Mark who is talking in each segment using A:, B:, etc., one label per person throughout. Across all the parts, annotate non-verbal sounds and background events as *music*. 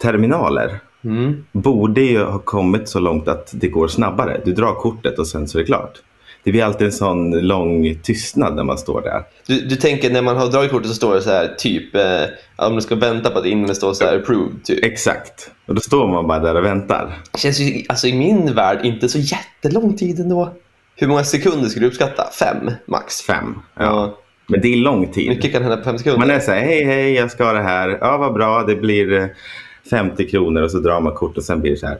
A: kortterminaler
B: Mm.
A: borde ju ha kommit så långt att det går snabbare. Du drar kortet och sen så är det klart. Det blir alltid en sån lång tystnad när man står där.
B: Du, du tänker när man har dragit kortet så står det så här typ, eh, om du ska vänta på det innan det står så här approved. Typ.
A: Exakt. Och då står man bara där och väntar.
B: Det känns ju alltså, i min värld inte så jättelång tid ändå. Hur många sekunder skulle du uppskatta? Fem max.
A: Fem. Ja.
B: Ja.
A: Men det är lång tid.
B: Mycket kan hända på fem sekunder.
A: Man är så här, hej hej, jag ska ha det här. Ja, vad bra, det blir eh, 50 kronor och så drar man kort och sen blir det så här.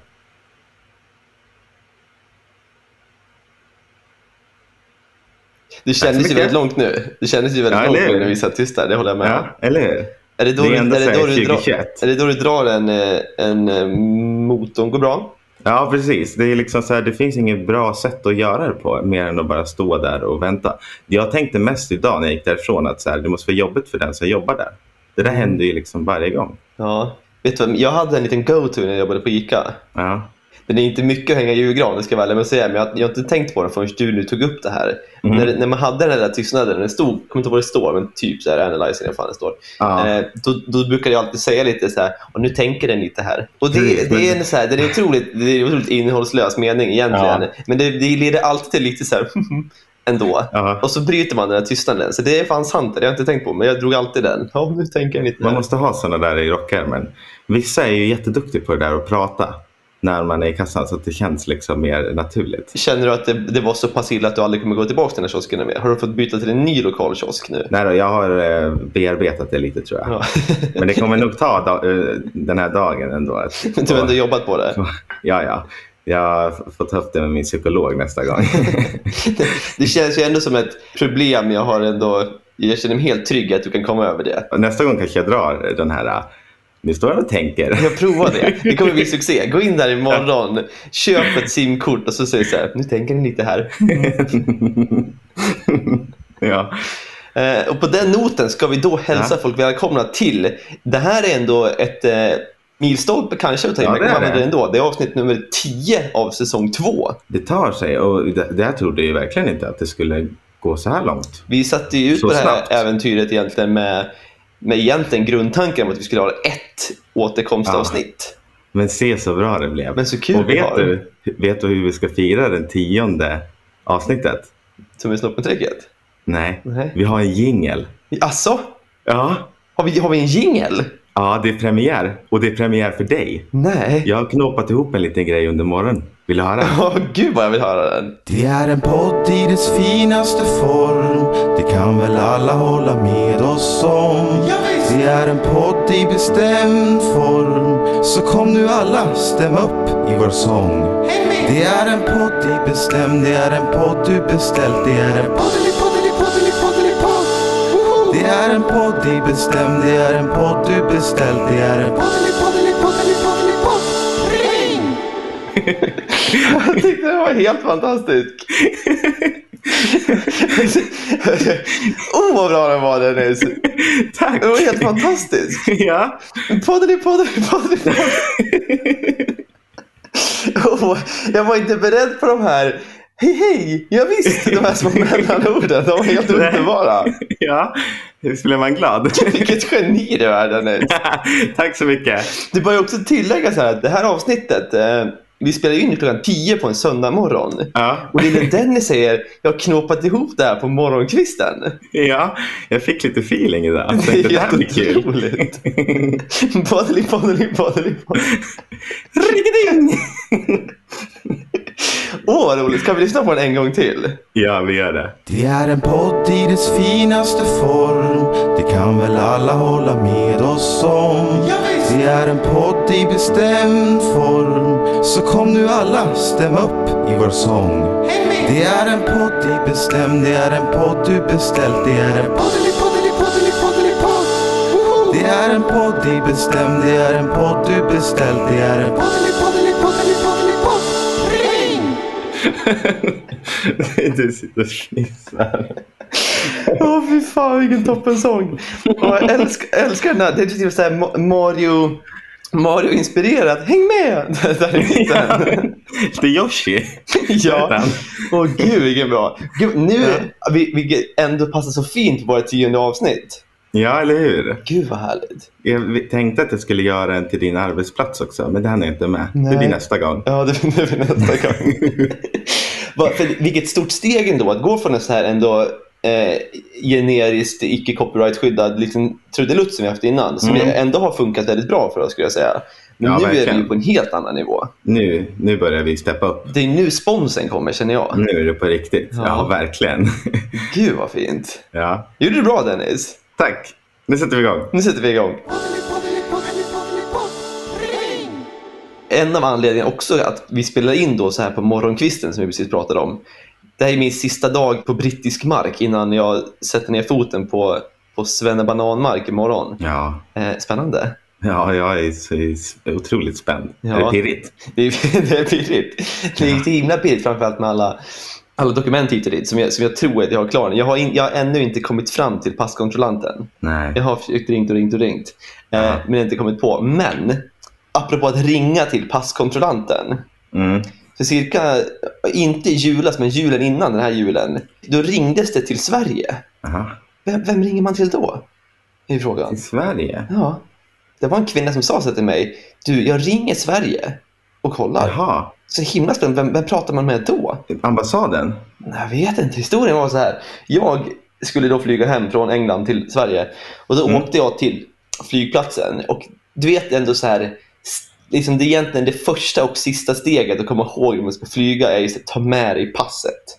B: det
A: Tack så
B: kändes ju
A: mycket.
B: väldigt långt nu. Det kändes ju väldigt
A: Ja,
B: långt
A: eller hur?
B: nu när vi satt tyst där, det håller jag med om.
A: Ja, eller hur?
B: Är det då,
A: Det är
B: du,
A: ändå
B: är det
A: så
B: då,
A: här
B: du, drar,
A: 2021.
B: är det då du drar en, eh, en eh, motorn går bra?
A: Ja, precis. Det, är liksom så här, det finns inget bra sätt att göra det på mer än att bara stå där och vänta. Jag tänkte mest idag när jag gick därifrån att så här, det måste vara jobbigt för den som jobbar där. Det
B: Mm.
A: där händer ju liksom varje gång.
B: Ja. Vet du vad, jag hade en liten go-to när jag jobbade på ICA.
A: Ja,
B: Den är inte mycket att hänga i julgran, det ska jag vara ärlig med att säga, men jag, jag har inte tänkt på den förrän du nu tog upp det här.
A: Mm.
B: När, när man hade den här lilla tystnaden, den stod, jag kommer inte ihåg vad det står, men typ så här analyzing, vad fan det står.
A: ja.
B: Eh, då, då brukar jag alltid säga lite så här, och nu tänker den lite här. Och det,
A: Precis,
B: det är
A: men-
B: en så här, det är otroligt, det är en otroligt innehållslös mening egentligen, men det, det leder alltid till lite så här, *laughs* ändå.
A: ja.
B: Och så bryter man den här tystnaden. Så det är fan sant, det har jag inte tänkt på, men jag drog alltid den. Ja, nu tänker jag lite
A: Man
B: där.
A: måste ha såna där i rockärmen. Vissa är ju jätteduktiga på det där att prata när man är i kassan så att det känns liksom mer naturligt.
B: Känner du att det, det var så pass illa att du aldrig kommer gå tillbaka till den här kiosken mer? Har du fått byta till en ny lokal kiosk nu?
A: Nej då, jag har eh, bearbetat det lite tror jag.
B: Ja. *laughs*
A: Men det kommer nog ta da- eh, den här dagen ändå. att-
B: *laughs* Du har ändå jobbat på det.
A: Ja, ja. Jag har f- fått ta upp det med min psykolog nästa gång. *laughs*
B: Det känns ju ändå som ett problem jag har ändå. Jag känner mig helt trygg att du kan komma över det.
A: nästa gång kanske jag drar den här, eh, nu står jag och tänker. *laughs*
B: Jag provar det. Det kommer bli succé. Gå in där imorgon, köp ett simkort och så säger så här, nu tänker ni lite här.
A: ja.
B: Eh, och på den noten ska vi då hälsa folk välkomna till, det här är ändå ett eh, milstolpe kanske att ta in,
A: Ja,
B: men
A: det
B: man
A: är
B: använder
A: det.
B: det ändå. Det är avsnitt nummer 10 av säsong 2.
A: Det tar sig och det, det här trodde jag ju verkligen inte att det skulle gå så här långt.
B: Vi satte ju ut
A: Så
B: på det här
A: snabbt.
B: äventyret egentligen med, med egentligen grundtanken om att vi skulle ha ett återkomstavsnitt.
A: Men se så bra det blev.
B: Men så kul
A: och
B: vi
A: vet
B: har.
A: du, vet du hur vi ska fira den tionde avsnittet?
B: Som är snoppenträcket.
A: Nej,
B: Nej.
A: vi har en jingel.
B: Alltså,
A: Ja.
B: har vi, har vi en jingel?
A: ja, det är premiär och det är premiär för dig.
B: Nej.
A: Jag har knåpat ihop en liten grej under morgonen. Vill du
B: *laughs*
A: höra?
B: Åh, gud vad jag vill höra den. *laughs*
C: Det är en podd i dess finaste form Det kan väl alla hålla med oss om Det är en podd i bestämd form Så kom nu alla, stäm upp i vår sång Det är en podd i bestämd Det är en podd du beställt Det är en poddeli poddeli poddeli poddeli podd Det är en podd i bestämd Det är en podd du beställt Det är en poddeli poddeli poddeli poddeli podd Ring!
B: Jag tyckte det var helt fantastisk. *laughs* oh, vad bra den var den nyss.
A: *laughs* Tack!
B: Det var helt fantastisk.
A: *laughs* ja.
B: Poddeli, *laughs* poddeli, poddeli, poddeli. Oh, jag var inte beredd på de här. Hej, hej! Jag visste de här små mellanorden. De var helt
A: Nej.
B: underbara.
A: *laughs* ja, visst blev man glad? *laughs*
B: Vilket geni du är, Dennis.
A: Tack så mycket.
B: Du bör ju också tillägga så här att det här avsnittet, eh, vi spelar ju in klockan 10 på en söndag morgon.
A: Ja,
B: Och lille Dennis säger, jag har knåpat ihop det här på morgonkvisten.
A: ja, jag fick lite feeling idag. Jag tänkte, Det här blir kul.
B: otroligt. *laughs* Bodily, bodily, bodily,
A: Rikeding!
B: Åh, vad roligt. Ska vi lyssna på den en gång till?
A: Ja, vi gör det. *laughs*
C: Det är en podd i dess finaste form Det kan väl alla hålla med oss om Det är en podd i bestämd form Så kom nu alla, stäm upp i vår sång Det är en podd i bestämd Det är en podd du beställt Det är en poddeli poddeli poddeli poddeli podd Det är en podd i bestämd Det är en podd du beställt Det är en poddeli poddeli poddeli poddeli podd Ring!
A: Du sitter och fnissar. *laughs*
B: Åh, fy fan vilken toppensång. Och jag älskar, älskar den här. Det är typ så här Ma- Mario... Mario-inspirerat. Häng med! *laughs* Där i mitten.
A: Det är Yoshi.
B: Ja. Åh, gud vilken bra. Gud, nu, vi, vilket ändå passar så fint på vårt tionde avsnitt.
A: Ja, eller hur?
B: Gud vad härligt.
A: Jag tänkte att jag skulle göra en till din arbetsplats också, men det hann jag inte med. Det
B: Nej.
A: blir nästa gång.
B: Ja, det det blir nästa gång. *laughs* Va, för vilket stort steg ändå att gå från en så här ändå eh, generiskt icke copyrightskyddad liksom, trudelutt som vi haft innan, som
A: Mm.
B: ändå har funkat väldigt bra för oss skulle jag säga. Men
A: Ja,
B: nu är
A: verkligen.
B: vi ju på en helt annan nivå.
A: Nu, nu börjar vi steppa upp.
B: Det är nu sponsen kommer känner jag.
A: Nu är det på riktigt. Ja,
B: Ja.
A: verkligen. *laughs*
B: Gud vad fint.
A: Ja.
B: Gjorde du bra Dennis?
A: Tack. Nu sätter vi igång.
B: Nu sätter vi igång. En av anledningarna också att vi spelar in då så här på morgonkvisten som vi precis pratade om. Det här är min sista dag på brittisk mark innan jag sätter ner foten på, på svennebananmark imorgon.
A: Ja,
B: Eh, spännande.
A: ja jag är så, så otroligt spänd.
B: Ja.
A: Är det pirrigt?
B: Det är, *laughs* det är pirrigt. Det är så himla pirrigt framförallt med alla, alla dokument hit och dit som jag, som jag tror att jag har klara. Jag har, in, jag har ännu inte kommit fram till passkontrollanten.
A: Nej.
B: Jag har försökt ringt och ringt och ringt, eh,
A: Ja.
B: men inte kommit på. Men apropå att ringa till passkontrollanten.
A: Mm.
B: För cirka, inte i julas, men julen innan den här julen, då ringdes det till Sverige.
A: Aha.
B: Vem, vem ringer man till då? Är frågan.
A: I Sverige?
B: Ja. Det var en kvinna som sa så här till mig, du, jag ringer Sverige och kollar.
A: Jaha.
B: Så himla spännande, vem, vem pratar man med då?
A: Ambassaden?
B: Jag vet inte. Historien var så här. Jag skulle då flyga hem från England till Sverige. Och då
A: Mm.
B: åkte jag till flygplatsen. Och du vet ändå så här. s- Liksom det är egentligen det första och sista steget att komma ihåg när man ska flyga är ju att ta med dig passet.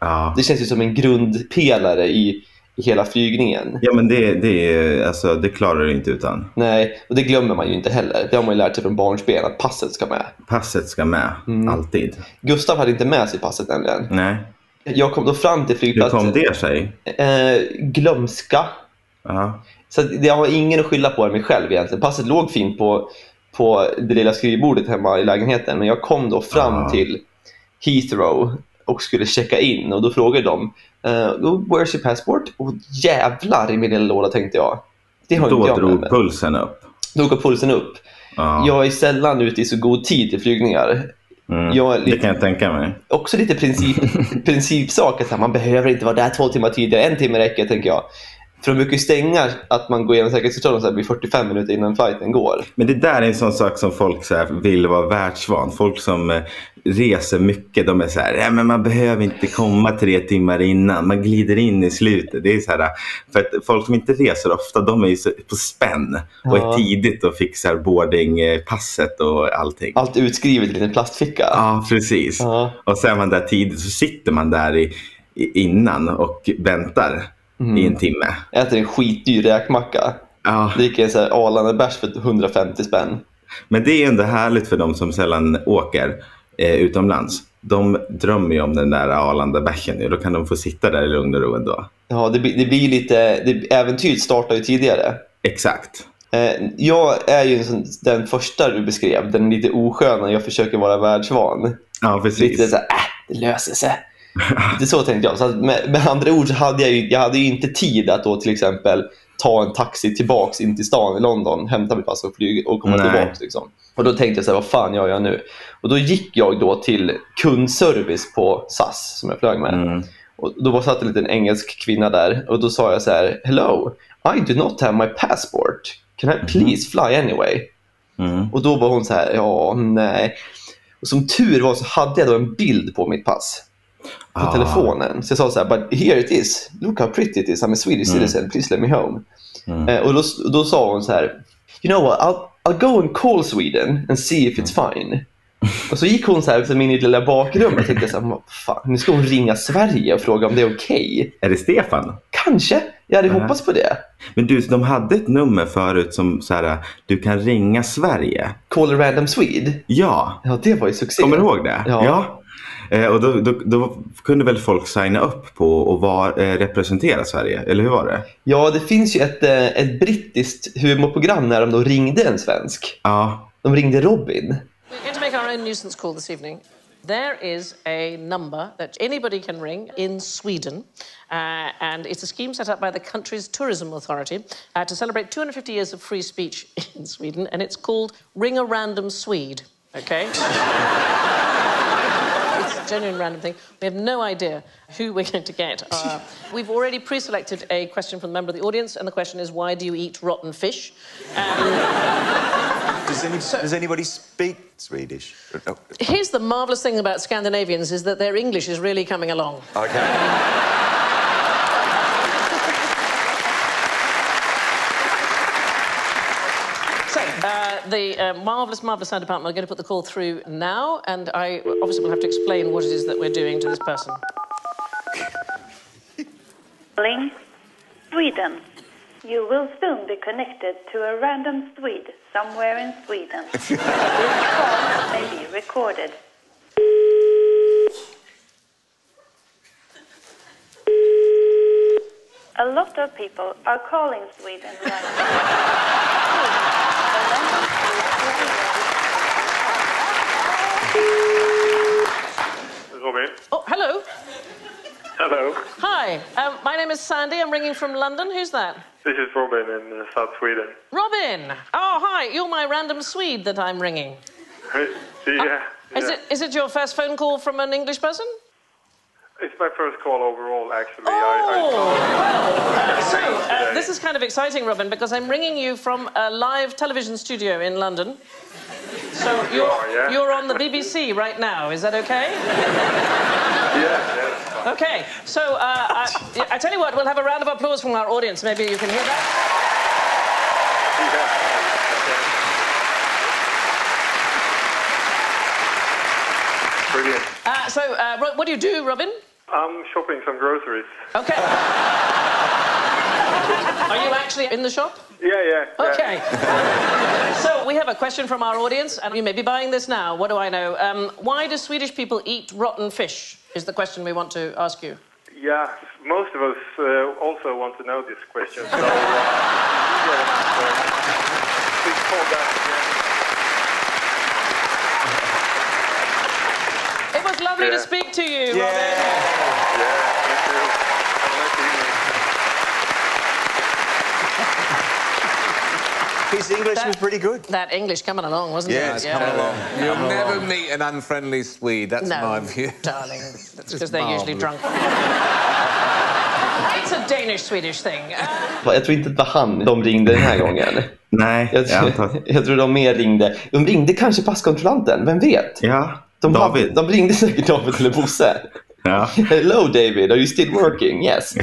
A: Ja.
B: Det känns ju som en grundpelare i, i hela flygningen.
A: Ja, men det, det, är- alltså, det klarar du inte utan.
B: Nej, och det glömmer man ju inte heller. Det har man ju lärt sig från barnsben att passet ska med.
A: Passet ska med,
B: Mm.
A: alltid.
B: Gustav hade inte med sig passet nämligen.
A: Nej.
B: Jag kom då fram till
A: Hur
B: flygplatsen.
A: kom det sig?
B: Eh, glömska.
A: Ja.
B: Så att jag har ingen att skylla på än mig själv egentligen. Passet låg fint på, på det lilla skrivbordet hemma i lägenheten. Men jag kom då fram
A: Ah.
B: till Heathrow och skulle checka in. Och då frågade de, eh, "Oh, where's your passport? Och jävlar i min lilla låda tänkte jag. Det har inte
A: Då
B: jag med mig.
A: drog Ah. pulsen upp.
B: Då går pulsen upp.
A: Ja.
B: Jag är sällan ute i så god tid till flygningar.
A: Mm.
B: jag är
A: Det
B: lite-
A: kan jag tänka mig.
B: Också
A: *laughs*
B: lite princip, principsak. Att så här, man behöver inte vara där två timmar tidigare. En timme räcker, tänker jag. För de brukar ju stänga att man går igenom säkerhetskontrollen så här vid 45 minuter innan flighten går.
A: Men det där är en sån sak som folk så här vill vara världsvan. Folk som eh, reser mycket, de är så här, "Nej, men man behöver inte komma tre timmar innan. Man glider in i slutet. Det är så här, eh, för att folk som inte reser ofta, de är ju så på spänn och
B: Ja.
A: är tidigt och fixar boardingpasset och allting.
B: Allt utskrivet i en liten plastficka.
A: Ja, precis.
B: Ja.
A: Och så är man där tidigt, så sitter man där i, i, innan och väntar i en timme.
B: Mm. Äter en skitdyr räkmacka.
A: Ja,
B: Dricker en så här Arlanda-bärs för 150 spänn.
A: Men det är ändå härligt för de som sällan åker eh, utomlands. De drömmer ju om den där Arlanda-bärsen nu. Då kan de få sitta där i lugn och ro ändå.
B: Ja, det, blir- det blir lite... Det, äventyret startar ju tidigare.
A: Exakt.
B: Eh, jag är ju en sån, den första du beskrev, den lite osköna. Jag försöker vara världsvan.
A: Ja,
B: Lite
A: precis.
B: så här, äh, det
A: *laughs*
B: löser sig. Lite så tänkte jag. Så att med, med andra ord så hade jag, ju, jag hade ju inte tid att då till exempel ta en taxi tillbaks in till stan i London, hämta mitt pass och flyg och komma
A: Nej.
B: tillbaks. Liksom. Och då tänkte jag så här, vad fan gör jag nu? Och då gick jag då till kundservice på SAS som jag flög med.
A: Mm.
B: Och då var satt en liten engelsk kvinna där och då sa jag så här, hello, I do not have my passport. Can I please fly anyway?
A: Mhm. Mm.
B: Och då var hon så här, ja, nej. Och som tur var så hade jag då en bild på mitt pass på
A: Ah.
B: telefonen. Så jag sa så här, but here it is. Look how pretty it is. I'm a Swedish citizen. Please let me home.
A: Mm.
B: Eh, och då, då sa hon så här, you know what, I'll, I'll go and call Sweden and see if
A: Mm.
B: it's fine. Och så gick hon så här in i det lilla bakrummet och tänkte så här, "Vad fan, nu ska hon ringa Sverige och fråga om det är okej.
A: Är det Stefan?
B: Kanske. Jag hade
A: Mhm.
B: hoppats på det.
A: Men du, de hade ett nummer förut som så här, du kan ringa Sverige.
B: Call a random Swede.
A: Ja,
B: Ja, det var ju succé.
A: kommer du ihåg det?
B: Ja.
A: Eh, och då, då, då kunde väl folk signa upp på att vara, eh, representera Sverige, eller hur var det?
B: Ja, det finns ju ett, eh, ett brittiskt humorprogram när de då ringde en svensk.
A: Ja,
B: De ringde Robin.
D: We're going to make our own nuisance call this evening. There is a number that anybody can ring in Sweden, uh, and it's a scheme set up by the country's tourism authority uh, to celebrate 250 years of free speech *laughs* in Sweden, and it's called Ring a Random Swede. Okay? it's genuine random thing. We have no idea who we're going to get. Uh, we've already pre selected a question from a member of the audience, and the question is why do you eat rotten fish? Um,
E: Does, any, does anybody speak Swedish? No.
D: Here's the marvellous thing about Scandinavians is that their English is really coming along.
E: Okay.
D: *laughs* So, uh, the uh, marvellous, marvellous sound department are going to put the call through now, and I obviously will have to explain what it is that we're doing to this person.
F: Calling Sweden. You will soon be connected to a random Swede somewhere in Sweden. this call may be recorded. A lot of people are calling Sweden right now. The random Swede will be
G: Robin.
D: Oh, hello.
G: Hello.
D: Hi. Um, my name is Sandy. I'm ringing from London. Who's that?
G: This is Robin in uh, South Sweden. *laughs*
D: Robin. Oh, hi. You're my random Swede that I'm ringing.
G: yeah. yeah.
D: Ah, Is it is it your first phone call from an English person?
G: It's my first call overall, actually.
D: Oh,
G: I,
D: well, uh,
G: *laughs*
D: so uh,
G: today.
D: this is kind of exciting, Robin, because I'm ringing you from a live television studio in London. So you're,
G: are, yeah?
D: you're on the BBC right now. Is that okay?
G: I, yeah, yeah.
D: Okay, so uh, I, I tell you what, we'll have a round of applause from our audience. Maybe you can hear that.
G: Brilliant.
D: Uh, so, uh, Ro- what do you do, Robin?
G: I'm shopping some groceries.
D: Okay. *laughs* Are you actually in the shop?
G: Yeah, yeah. yeah.
D: Okay. *laughs* so, we have a question from our audience, and you may be buying this now. What do I know? Um, why do Swedish people eat rotten fish? Is the question we want to ask you.
G: Yeah, most of us uh, also want to know this question. So, uh, *laughs* yeah, uh, please call back.
D: It was lovely to
G: Yeah.
D: speak to you, Robin.
E: Yeah.
G: Yeah, yeah
E: His English was pretty good.
D: That English coming along, wasn't
E: Yes,
D: it?
E: come along.
H: You'll never meet an unfriendly Swede. That's
D: No,
H: my view.
D: *laughs* darling. That's because
H: Just
D: they're usually drunk. *laughs* it's a Danish Swedish *laughs* thing. Uh,
B: Jag tror inte det var han de ringde den här gången.
A: Nej, *laughs*
B: Jag,
A: jag antar.
B: tror- jag tror de mer ringde. De ringde kanske passkontrollanten, vem vet?
A: Ja,
B: De,
A: David.
B: Hade, de ringde säkert David eller Bosse.
A: Ja.
B: Hello David, are you still working? Yes.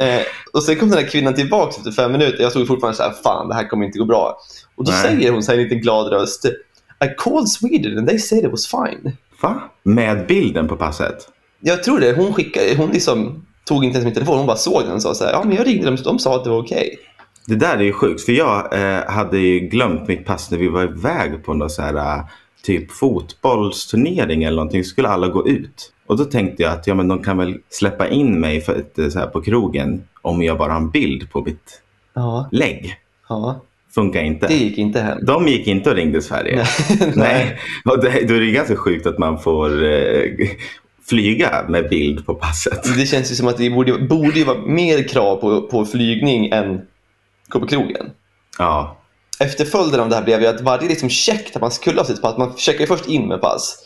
B: Eh, och sen kom den här kvinnan tillbaka efter fem minuter. Jag såg fortfarande så här, fan det här kommer inte gå bra. Och då
A: Nej.
B: säger hon så här i en liten glad röst. I called Sweden and they said it was fine.
A: Va? Med bilden på passet?
B: Jag tror det. Hon skickade, hon liksom tog inte ens min telefon. Hon bara såg den och sa så här, ja men jag ringde dem. De sa att det var okej.
A: Det där är ju sjukt. För jag eh, hade ju glömt mitt pass när vi var iväg på någon så här eh, typ fotbollsturnering eller någonting. Så skulle alla gå ut. Och då tänkte jag att ja, men de kan väl släppa in mig för ett, eh, så här på krogen om jag bara har en bild på mitt
B: Ja,
A: lägg.
B: ja.
A: Funkar inte.
B: Det gick inte hem.
A: De gick inte och ringde Sverige.
B: *laughs* Nej.
A: Nej. Och det, då är det ganska sjukt att man får eh, flyga med bild på passet.
B: Det känns ju som att det borde, borde ju vara mer krav på, på flygning än gå på krogen.
A: Ja,
B: efterföljden av det här blev ju att varje liksom check där man skulle ha sitt pass, man checkar ju först in med pass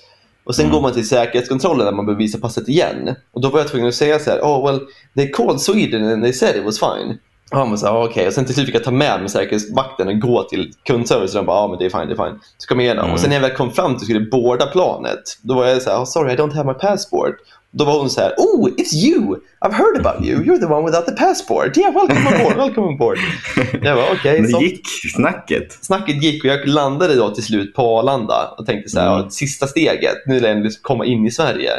B: och
A: Mm.
B: sen går man till säkerhetskontrollen där man behöver visa passet igen. Och då var jag tvungen att säga så här, oh well, they called Sweden and they said it was fine. Och han var så här, "Ah, okej. Och sen till slut fick jag ta med mig säkerhetsvakten och gå till kundservicen och bara, ja ah, men det är fine, det är fine. Så kom jag igenom.
A: Mm.
B: Och sen när jag väl kom fram till skulle boarda planet, då var jag så här, oh, sorry I don't have my passport. Då var hon så här, oh it's you! I've heard about you, you're the one without the passport. Yeah, welcome aboard, welcome aboard. Jag var
A: *laughs*
B: okej,
A: det
B: så
A: gick snacket.
B: snacket gick och jag landade då till slut på Arlanda och tänkte så här, ja, sista steget, nu är det liksom komma in i Sverige.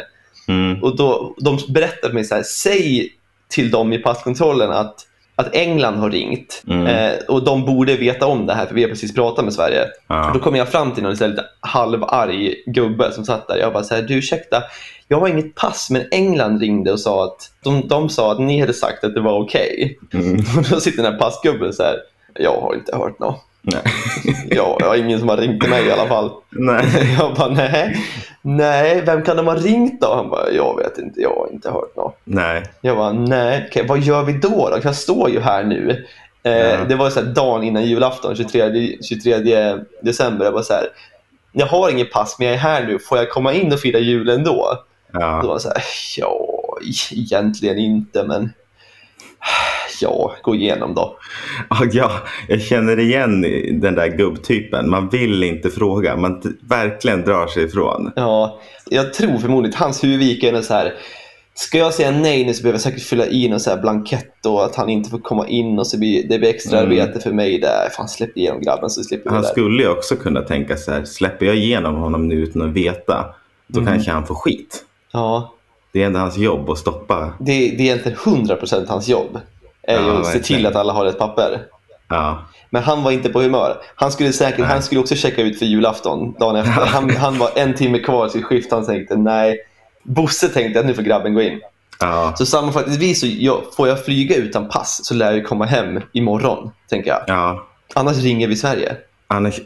A: Mm.
B: Och då, De berättade för mig så här, säg till dem i passkontrollen att, att England har ringt
A: Mm.
B: eh, och de borde veta om det här för vi har precis pratat med Sverige.
A: Ja.
B: Då kom jag fram till någon istället halvarg gubbe som satt där. Jag bara så här, du ursäkta, jag har inget pass men England ringde och sa att de, de sa att ni hade sagt att det var okej.
A: Mm.
B: *laughs* Och Då sitter den här passgubben så här, jag har inte hört något.
A: Nej.
B: Ja, jag har ingen som har ringt till mig i alla fall. *laughs*
A: Nej.
B: Jag bara, nej, nej, vem kan de ha ringt då? Han bara, jag vet inte, jag har inte hört något.
A: Nej.
B: Jag bara, nej, okej, vad gör vi då? då? Jag står ju här nu. Eh,
A: Ja.
B: Det var så här dagen innan julafton, 23, 23 december. Jag bara så här, jag har inget pass men jag är här nu, får jag komma in och fira jul ändå? Då var jag så här, ja, egentligen inte, men ja, gå igenom då.
A: Ja, jag- jag känner igen den där gubbtypen. Man vill inte fråga. Man t- verkligen drar sig ifrån.
B: Ja, jag tror förmodligen att hans huvudvik är så här. Ska jag säga nej nu så behöver jag säkert fylla i någon så här blankett och att han inte får komma in och så blir det blir extra arbete för mig där. Fan, släpp igenom grabben så slipper vi
A: Mm. Han
B: det. där.
A: skulle ju också kunna tänka så här, släpper jag igenom honom nu utan att veta, då kanske han får skit.
B: Ja,
A: Det är ändå hans jobb att stoppa.
B: det, det är egentligen 100% hans jobb. Är ju
A: Ja,
B: att se
A: verkligen.
B: till att alla har ett papper.
A: Ja.
B: Men han var inte på humör. Han skulle, säkert, han skulle också checka ut för julafton
A: *laughs*
B: dagen efter. Han, han var en timme kvar till sitt skift. Han tänkte nej. Bosse tänkte att nu får grabben gå in.
A: Ja.
B: Så sammanfattningsvis, så jag, får jag flyga utan pass så lär jag komma hem imorgon, tänker jag.
A: ja.
B: Annars ringer vi Sverige.
A: Annars,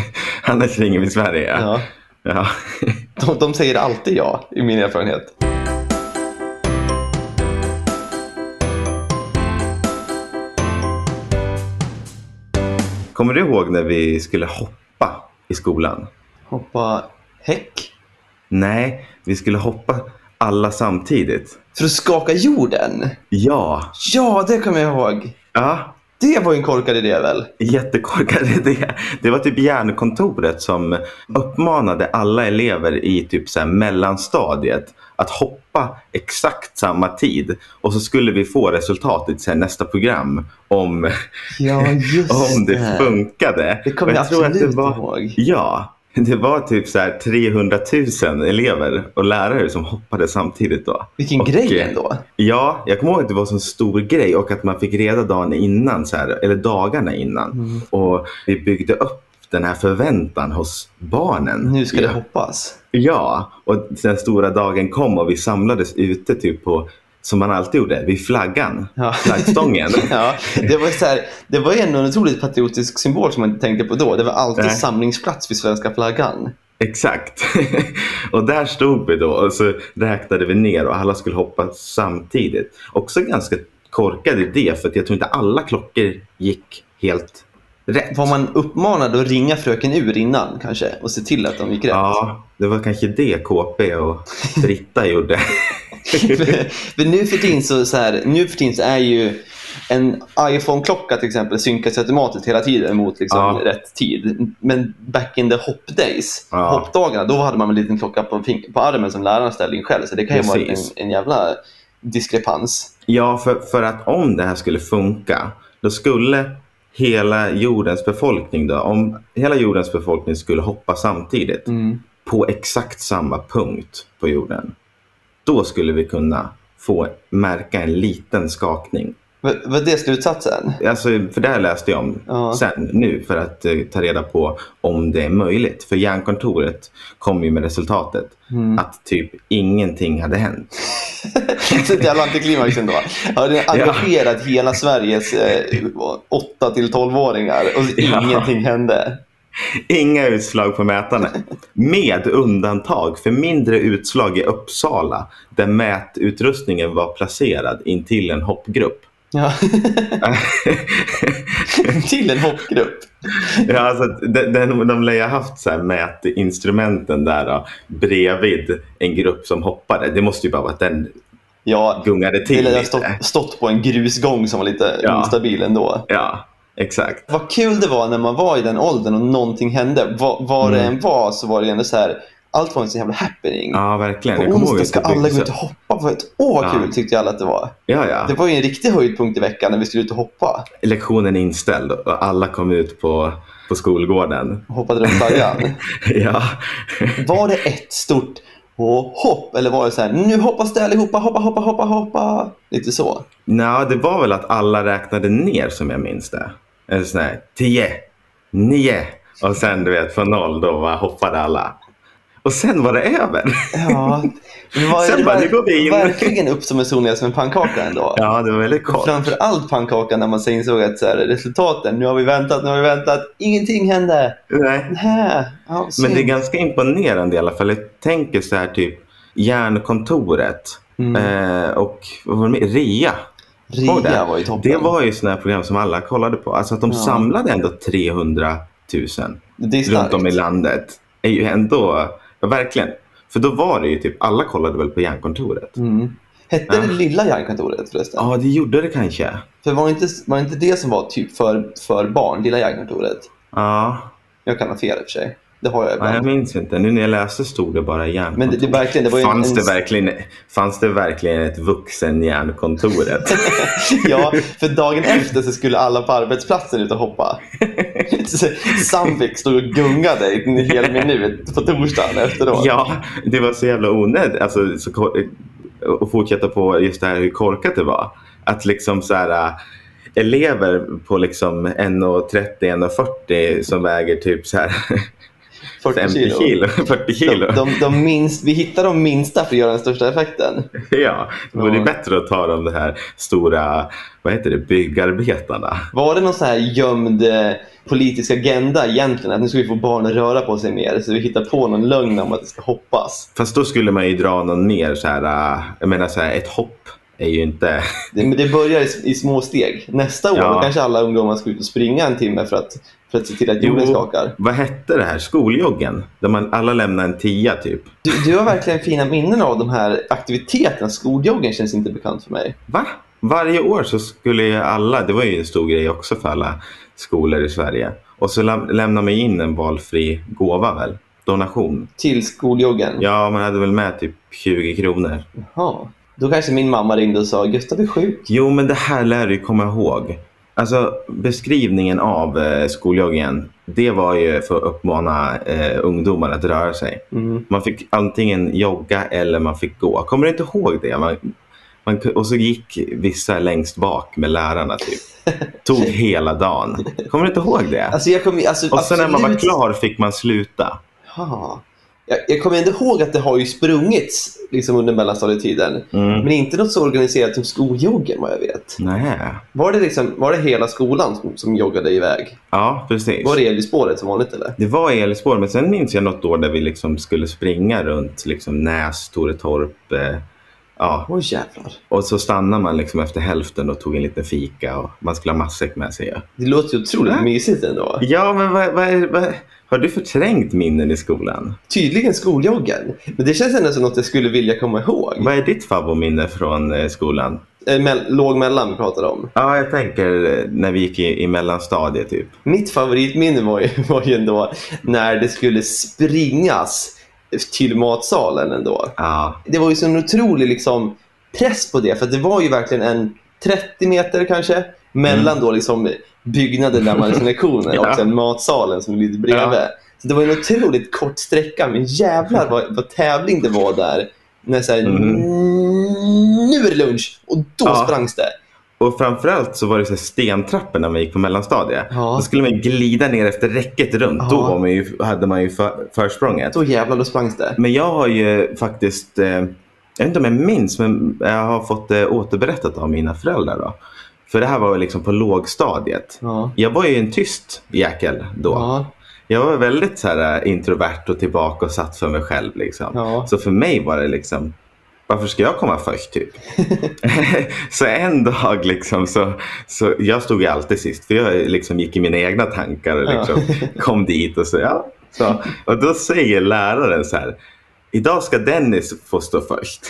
A: *laughs* annars ringer vi Sverige.
B: Ja.
A: Ja. *laughs*
B: De, de säger alltid ja, i min erfarenhet.
A: Kommer du ihåg när vi skulle hoppa i skolan?
B: Hoppa häck.
A: Nej, vi skulle hoppa alla samtidigt.
B: För att skaka jorden.
A: Ja,
B: Ja, det kommer jag ihåg.
A: ja.
B: Det var ju en korkad idé väl?
A: jättekorkad *laughs* idé. Det var typ järnkontoret som uppmanade alla elever i typ så här mellanstadiet att hoppa exakt samma tid och så skulle vi få resultatet sen nästa program om,
B: Ja,
A: *laughs*
B: just
A: om det funkade.
B: Det kommer
A: Och
B: jag absolut ihåg.
A: Ja, det var typ så här 300 000 elever och lärare som hoppade samtidigt då.
B: Vilken
A: Och,
B: grej
A: eh,
B: ändå.
A: Ja, jag kommer ihåg att det var en sån stor grej och att man fick reda dagen innan, så här, eller dagarna innan.
B: Mm.
A: Och vi byggde upp den här förväntan hos barnen.
B: Nu ska
A: ja.
B: det hoppas.
A: Ja, och den stora dagen kom och vi samlades ute typ på, som man alltid gjorde, vid flaggan.
B: Ja. *laughs*
A: Flaggstången.
B: Ja, det var ju så här, det var ju ändå en otroligt patriotisk symbol som man inte tänkte på då. Det var alltid
A: Nej.
B: samlingsplats vid svenska flaggan.
A: Exakt. *laughs* och där stod vi då och så räknade vi ner och alla skulle hoppa samtidigt. Också ganska korkad idé för att jag tror inte alla klockor gick helt rätt.
B: Var man uppmanad att ringa fröken ur innan kanske och se till att de gick rätt?
A: Ja, det var kanske det KP och Britta *laughs* gjorde.
B: *laughs* för, för nu för tiden så, så här, nu för tiden så är ju en iPhone-klocka till exempel synkas automatiskt hela tiden mot liksom
A: Ja.
B: rätt tid. Men back in the hop days,
A: Ja.
B: hoppdagarna, då hade man en liten klocka på, fing- på armen som läraren ställde in själv. Så det kan ju vara en,
A: Precis.
B: en jävla diskrepans.
A: Ja, för, för att om det här skulle funka, då skulle hela jordens befolkning, då, om hela jordens befolkning skulle hoppa samtidigt på exakt samma punkt på jorden, då skulle vi kunna få märka en liten skakning.
B: Var, var det slutsatsen?
A: Alltså, för det här läste jag om
B: Ja.
A: sen nu för att eh, ta reda på om det är möjligt. För järnkontoret kom ju med resultatet
B: Mm.
A: att typ ingenting hade hänt.
B: Så ett jävla antiklimax ändå. Har det engagerat hela Sveriges eh, 8 till 12-åringar och så
A: Ja.
B: ingenting hände?
A: Inga utslag på mätarna. Med undantag för mindre utslag i Uppsala där mätutrustningen var placerad intill en hoppgrupp. *laughs*
B: Ja. till en hoppgrupp.
A: Ja, alltså, att de, de, de lär ju ha haft så här mätinstrumenten där då, bredvid en grupp som hoppade. Det måste ju bara vara att den
B: Ja,
A: gungade till
B: eller jag har
A: lite.
B: stått, stått på en grusgång som var lite
A: Ja.
B: instabil ändå.
A: Ja, exakt.
B: Vad kul det var när man var i den åldern och någonting hände. Vad vad det än var så var det ändå så här, allt var en sån jävla happening.
A: Mm. Ja, verkligen.
B: På
A: Jag kommer ihåg
B: onsdag
A: att
B: ska
A: det
B: alla gå
A: byggdes
B: ut och
A: upp.
B: hoppa. Vad- Åh, vad
A: Ja.
B: kul tyckte alla att det var.
A: Ja, ja.
B: Det var ju en riktig höjdpunkt i veckan när vi skulle ut och hoppa.
A: Lektionen är inställd och alla kom ut på, på skolgården. *laughs*
B: Och hoppade runt flaggan.
A: ja. *laughs*
B: Var det ett stort "Åh, hopp eller var det så här, nu hoppas det allihopa, hoppa, hoppa, hoppa, hoppa. Lite så.
A: Nja, det var väl att alla räknade ner som jag minns det. Eller sån här, tio, nio och sen du vet från noll då bara hoppade alla. Och sen var det över. *laughs*
B: Ja. *laughs* Det var,
A: Sen
B: det
A: bara,
B: var
A: nu går vi in.
B: verkligen upp som en solnedgång som en pannkaka ändå.
A: Ja, det var väldigt kort.
B: Framför allt pannkakan när man så insåg att så här, resultaten, nu har vi väntat, nu har vi väntat, ingenting hände.
A: Nej.
B: Nä. Ja,
A: Men det är
B: synd.
A: ganska imponerande i alla fall. Jag tänker så här typ järnkontoret
B: Mm.
A: eh, och vad var det mer? Ria.
B: Ria
A: Kommer du ihåg
B: var ju toppen.
A: Det var ju sådana här program som alla kollade på. Alltså att de samlade ändå 300 000
B: Det är starkt.
A: runt om i landet. är ju ändå, ja, verkligen. För då var det ju typ, alla kollade väl på Hjärnkontoret?
B: Mm. Hette det Lilla Järnkontoret förresten?
A: Ja, det gjorde det kanske.
B: För var det inte, var det inte det som var typ för, för barn, Lilla Järnkontoret?
A: Ja,
B: Jag kan ha fel i och för sig. Det har jag
A: nej,
B: ibland.
A: jag minns inte. Nu när jag läste stod det bara
B: Men det,
A: Hjärnkontoret.
B: det, verkligen, det var ju
A: fanns,
B: en,
A: det verkligen, fanns det verkligen ett vuxen Hjärnkontoret?
B: *laughs* Ja, för dagen efter så skulle alla på arbetsplatsen ut och hoppa. Så Sandvik stod och gungade i en hel minut på torsdagen efteråt.
A: Ja, det var så jävla onödigt. Alltså, så, ko- att fortsätta på just det här hur korkat det var. Att liksom så här, äh, elever på liksom 1,30-1,40 som väger typ så här *laughs*
B: 40
A: 50 kilo. 40 kilo.
B: De, de, de minst, vi hittar de minsta för att göra den största effekten.
A: *laughs* Ja, det vore
B: Ja.
A: bättre att ta de det här stora, vad heter det, byggarbetarna.
B: Var det någon så här gömd eh, politisk agenda egentligen? Att nu ska vi få barn att röra på sig mer. Så vi hittar på någon lögn om att det ska hoppas.
A: Fast då skulle man ju dra någon mer så här, äh, jag menar så här, ett hopp är ju inte
B: Det, men det börjar i, i små steg. Nästa år
A: Ja.
B: då kanske alla ungdomar ska ut och springa en timme för att, för att se till att
A: Jo.
B: jorden skakar.
A: Vad hette det här? Skoljoggen? Där man alla lämnar en tia typ.
B: Du, du har verkligen fina minnen av de här aktiviteterna. Skoljoggen känns inte bekant för mig.
A: Va? Varje år så skulle ju alla, det var ju en stor grej också för alla skolor i Sverige. Och så läm- lämnar man in en valfri gåva väl? Donation.
B: Till skoljoggen?
A: Ja, man hade väl med typ 20 kronor.
B: Jaha. Då kanske min mamma ringde och sa Gustav är sjuk.
A: Jo, men det här lär du ju komma ihåg. Alltså beskrivningen av eh, skoljoggen, det var ju för att uppmana eh, ungdomar att röra sig.
B: Mm.
A: Man fick antingen jogga eller man fick gå. Kommer du inte ihåg det? Man, man, ku- och så gick vissa längst bak med lärarna typ.
B: *laughs*
A: Tog hela dagen. Kommer du inte ihåg det?
B: Alltså jag kommer alltså,
A: Och sen när man var
B: absolut-
A: klar fick man sluta.
B: Jaha. Jag, jag kommer ändå ihåg att det har ju sprungits liksom under mellanstadietiden.
A: Mm.
B: Men inte något så organiserat som skoljoggen vad jag vet.
A: Nej.
B: Var det, liksom, var det hela skolan som, som joggade iväg?
A: Ja, precis.
B: Var det Elbyspåret som vanligt eller?
A: Det var elspår, men sen minns jag något år där vi liksom skulle springa runt liksom Näs, Toretorp. Eh, ja.
B: Oj jävlar.
A: Och så stannade man liksom efter hälften och tog en liten fika och man skulle ha matsäck med sig. ja.
B: Det låter ju otroligt
A: Va?
B: mysigt ändå.
A: Ja, men vad, vad, är- vad, har du förträngt minnen i skolan?
B: Tydligen skoljoggen. Men det känns ändå som något jag skulle vilja komma ihåg.
A: Vad är ditt favoritminne från eh, skolan?
B: Eh, mell- låg mellan vi pratade om.
A: Ja, jag tänker eh, när vi gick i, i mellanstadiet typ.
B: Mitt favoritminne var ju, *laughs* var ju ändå när det skulle springas till matsalen ändå.
A: Ja,
B: Det var ju sån otrolig liksom, press på det, för att det var ju verkligen en 30 meter kanske mellan då liksom byggnaden där man liksom hade sina
A: Mm. *laughs*
B: lektioner
A: Ja.
B: och sen matsalen som ligger bredvid. Så det var ju en otroligt kort sträcka, men jävlar vad, vad tävling det var där. När så här, Nu är det lunch! Och då
A: Mm. Ja.
B: sprangs det.
A: och framförallt så var det så här stentrappor när man gick på mellanstadiet.
B: Ja.
A: Då skulle man glida ner efter räcket runt. Då
B: Ja.
A: var man ju, hade man ju för, försprånget.
B: Då jävlar, då sprangs det.
A: Men jag har ju faktiskt, eh, jag vet inte om jag minns, men jag har fått det återberättat av mina föräldrar. Då. För det här var ju liksom på lågstadiet.
B: Ja.
A: Jag var ju en tyst jäkel då.
B: Ja.
A: Jag var väldigt så här, eh, introvert och tillbaka och satt för mig själv. Liksom.
B: Ja.
A: Så för mig var det liksom, varför ska jag komma först
B: *laughs*
A: typ? *laughs* så en dag liksom, så, så jag stod ju alltid sist. För jag liksom gick i mina egna tankar och
B: Ja.
A: liksom,
B: *laughs*
A: kom dit och så, ja. så. Och då säger läraren så här, idag ska Dennis få stå först.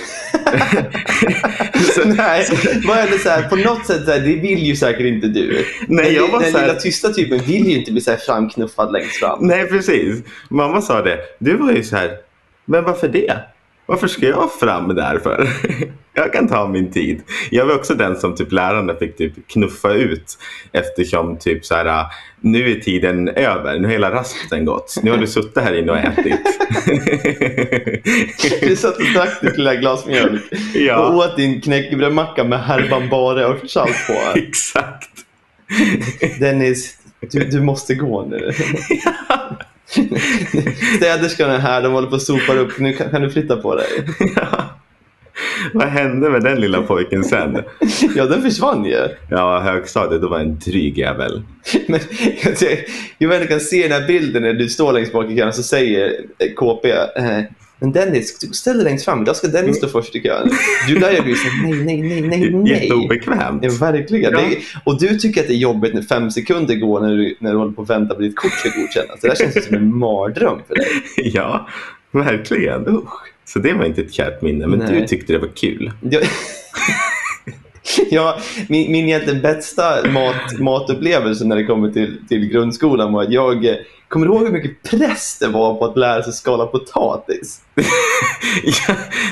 A: så,
B: Nej, vad är det så här, på något sätt, så här, det vill ju säkert inte du.
A: Nej,
B: den,
A: jag var
B: den
A: så här-
B: lilla tysta typen vill ju inte bli så här framknuffad längst
A: *laughs*
B: fram.
A: Nej, precis. Mamma sa det. Du var ju så här, men varför det? Varför ska jag fram där för? *laughs* Jag kan ta min tid. Jag var också den som typ lärarna fick typ knuffa ut eftersom typ så här, nu är tiden över. Nu har hela rasten gått. Nu har du suttit här inne och ätit.
B: Du satt och drack ditt lilla glas mjölk
A: Ja.
B: och åt din knäckebrödmacka med härvan bara örtsalt på.
A: Exakt. *laughs*
B: Dennis, du, du måste
A: *laughs*
B: gå nu. Städerskan är här, de håller på och sopar upp. Nu kan, kan du flytta på dig.
A: Vad hände med den lilla pojken sen?
B: Ja, den försvann ju.
A: Ja, högstadiet, då var jag en dryg jävel.
B: *laughs* Men jag, ser- jag vet inte, jag kan se den här bilden när du står längst bak i kön så säger eh, KP eh, men Dennis, du ställ dig längst fram. Idag ska Dennis stå först i kön. Du lär ju bli så här, nej, nej, nej, nej, nej.
A: *laughs* Jätteobekvämt.
B: Ja, verkligen.
A: Ja.
B: Det är, och du tycker att det är jobbigt när fem sekunder går när du, när du håller på att vänta på ditt kort ska godkännas. Det där känns ju som en mardröm för dig.
A: *laughs* Ja, Verkligen. Usch. Så det var inte ett kärt minne, men
B: Nej.
A: du tyckte det var kul.
B: Ja, *laughs* ja min, min egentligen bästa mat, matupplevelse när det kommer till, till grundskolan var att jag eh, kommer du ihåg hur mycket press det var på att lära sig skala potatis.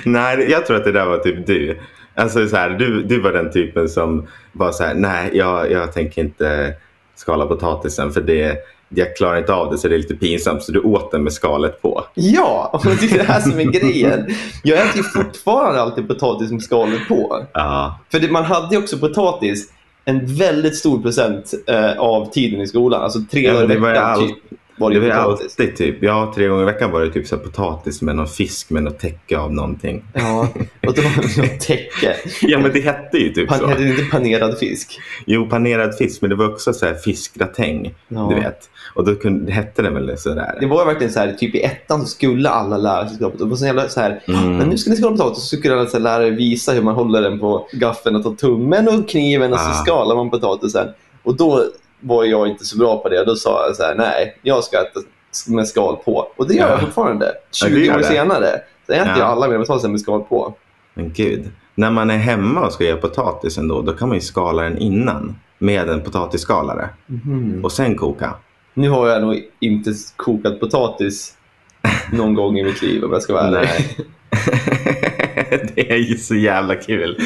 A: nej, jag tror att det där var typ du. Alltså så här, du, du var den typen som var så här, nej, jag, jag tänker inte skala potatisen för det, jag klarar inte av det så det är lite pinsamt. Så du åt den med skalet på.
B: Ja, *laughs* och det är det här som är grejen. Jag äter ju fortfarande alltid potatis med skalet på.
A: Ja,
B: För det, man hade ju också potatis en väldigt stor procent eh, av tiden i skolan. Alltså tre
A: Ja,
B: dagar i
A: det var ju
B: veckan
A: all-
B: typ, var det,
A: det var
B: ju
A: ju
B: potatis.
A: alltid typ, ja tre gånger i veckan var det typ så här, potatis med någon fisk med något täcke av någonting.
B: Ja, och då var det
A: *laughs*
B: något täcke.
A: Ja men det hette ju typ
B: Han
A: så.
B: hade inte panerad fisk.
A: Jo, panerad fisk, men det var också så här fiskgratäng.
B: Ja.
A: Du vet. Och då kunde, hette den väl sådär.
B: Det var ju verkligen så här, typ i ettan så skulle alla lära sig skala potatis. Det var så jävla så här, "Ah,
A: Mm.
B: men nu ska ni skala potatis. Så skulle alla så här, lärare visa hur man håller den på gaffeln och tar tummen och kniven och så
A: Ah.
B: skalar man potatisen. Och då var jag inte så bra på det. Då sa jag så här, nej, jag ska äta med skal på. Och det gör
A: Ja.
B: jag fortfarande.
A: Ja,
B: 20
A: du gör
B: år
A: det.
B: senare så äter
A: Ja.
B: jag alla mina potatisar med skal på.
A: Men gud. När man är hemma och ska göra potatis ändå, då kan man ju skala den innan med en potatisskalare och sen koka.
B: Nu har jag nog inte kokat potatis någon gång i mitt liv om jag ska vara ärlig.
A: Nej. *laughs* det är ju så jävla kul.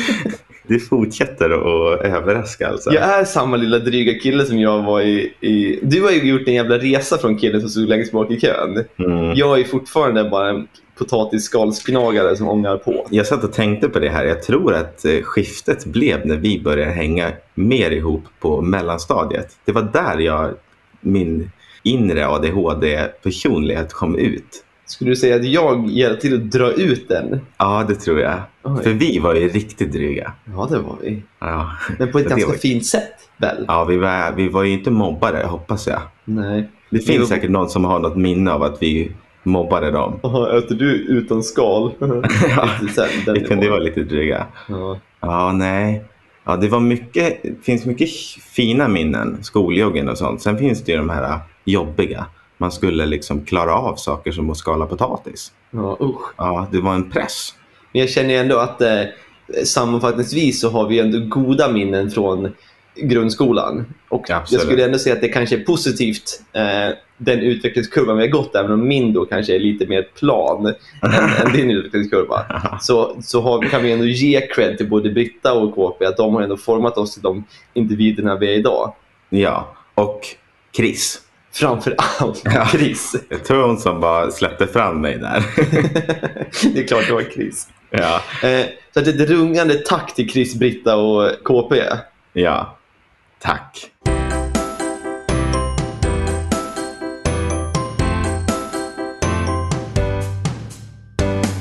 A: Du fortsätter att överraska alltså.
B: Jag är samma lilla dryga kille som jag var i, i... Du har ju gjort en jävla resa från killen som stod längst bak i kön.
A: Mm.
B: Jag är fortfarande bara en potatisskalsgnagare som ångar på.
A: Jag satt och tänkte på det här. Jag tror att eh, skiftet blev när vi började hänga mer ihop på mellanstadiet. Det var där jag, min inre ADHD-personlighet kom ut.
B: Skulle du säga att jag hjälpte till att dra ut den?
A: Ja, det tror jag.
B: Oj.
A: För vi var ju riktigt dryga.
B: Ja, det var vi.
A: Ja.
B: Men på ett
A: Det
B: ganska
A: var-
B: fint sätt, väl?
A: Ja, vi var, vi var ju inte mobbare, hoppas jag.
B: Nej.
A: Det finns
B: Jo.
A: säkert någon som har något minne av att vi mobbade dem.
B: Jaha, äter du
A: *laughs*
B: utan skal? Lite så här, den
A: Vi kunde ju
B: nivån.
A: vara lite dryga.
B: Ja.
A: Ja, nej. Ja, det var mycket, det finns mycket fina minnen, skoljoggen och sånt. Sen finns det ju de här jobbiga. Man skulle liksom klara av saker som att skala potatis.
B: ja, usch.
A: Ja, det var en press.
B: Men jag känner ju ändå att eh, sammanfattningsvis så har vi ändå goda minnen från grundskolan. Och
A: Absolut.
B: Jag skulle ändå säga att det kanske är positivt, eh, den utvecklingskurvan vi har gått, även om min då kanske är lite mer plan än, än din utvecklingskurva. Så, så har, kan vi ändå ge cred till både Britta och KP att de har ändå format oss till de individerna vi är idag.
A: Ja, och Chris.
B: Framför allt Chris.
A: Jag tror hon som bara släppte fram mig där. *laughs*
B: det är klart det var Chris.
A: ja,
B: Eh, så att ett rungande tack till Chris, Britta och KP.
A: ja. Tack.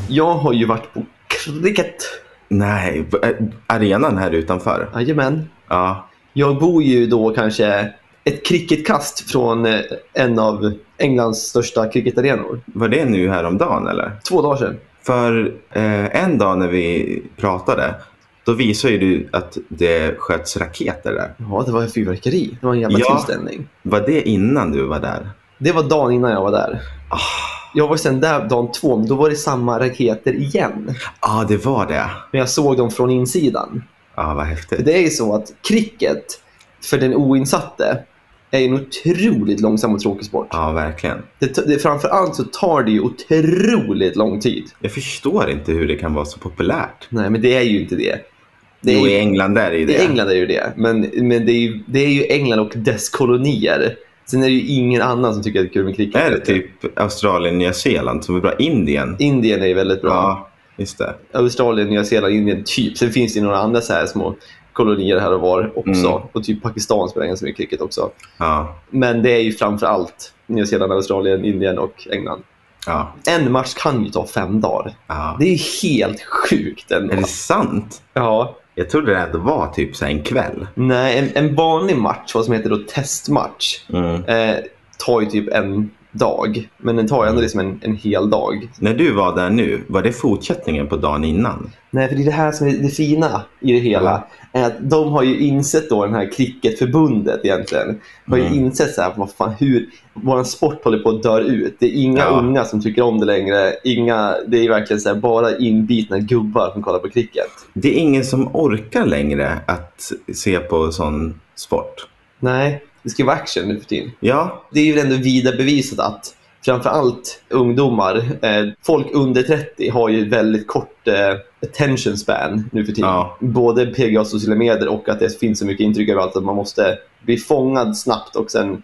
B: Jag har ju varit på cricket.
A: Nej, v- eh, arenan här utanför.
B: Jajamän.
A: Ja,
B: Jag bor ju då kanske ett cricketkast från eh, en av Englands största cricketarenor.
A: var det nu häromdagen eller?
B: Två dagar sedan.
A: För eh, en dag när vi pratade, då visade ju du att det sköts raketer där.
B: Ja, det var ju fyrverkeri. Det var en jävla
A: Ja.
B: tillställning.
A: Var det innan du var där?
B: Det var dagen innan jag var där. Jag var sen där dagen två, men då var det samma raketer igen.
A: Ja, ah, det var det.
B: Men jag såg dem från insidan.
A: Ja, ah, vad häftigt.
B: För det är ju så att cricket, för den oinsatte, är ju en otroligt långsam och tråkig sport.
A: Ja, verkligen.
B: Det, det, framför allt så tar det ju otroligt lång tid.
A: Jag förstår inte hur det kan vara så populärt.
B: Nej, men det är ju inte det. det är
A: jo, i
B: ju,
A: England är det ju det.
B: I England är det ju det. Men, men det, är ju, det är ju England och dess kolonier. Sen är det ju ingen annan som tycker att det är kul med cricket.
A: Är det typ Australien, Nya Zeeland som är bra? Indien?
B: Indien är ju väldigt bra.
A: Ja, just det.
B: Australien, Nya Zeeland, Indien, typ. Sen finns det ju några andra så här små kolonier här och var också.
A: Mm.
B: Och typ Pakistan spelar ganska mycket cricket också.
A: Ja,
B: Men det är ju framför allt Nya Zeeland, Australien, Indien och England.
A: ja,
B: En match kan ju ta fem dagar.
A: ja.
B: Det är ju helt sjukt ändå.
A: Är det sant?
B: Ja.
A: Jag trodde det ändå var typ så här en kväll.
B: Nej, en, en vanlig match, vad som heter då testmatch, eh, tar ju typ en, dag, men den tar ju ändå liksom en, en hel dag.
A: När du var där nu, var det fortsättningen på dagen innan?
B: Nej, för det är det här som är det fina i det hela. Är att de har ju insett då, den här cricketförbundet egentligen, har ju insett så här, vad fan, hur vår sport håller på att dö ut. Det är inga
A: Ja.
B: unga som tycker om det längre. Inga, det är verkligen så här, bara inbitna gubbar som kollar på cricket.
A: Det är ingen som orkar längre att se på sån sport.
B: Nej, det ska ju vara action nu för tiden.
A: Ja,
B: det är väl ändå vida bevisat att framförallt ungdomar, eh, folk under 30 har ju väldigt kort eh, attention span nu för tiden.
A: Ja.
B: Både PGA och sociala medier och att det finns så mycket intryck överallt att man måste bli fångad snabbt och sen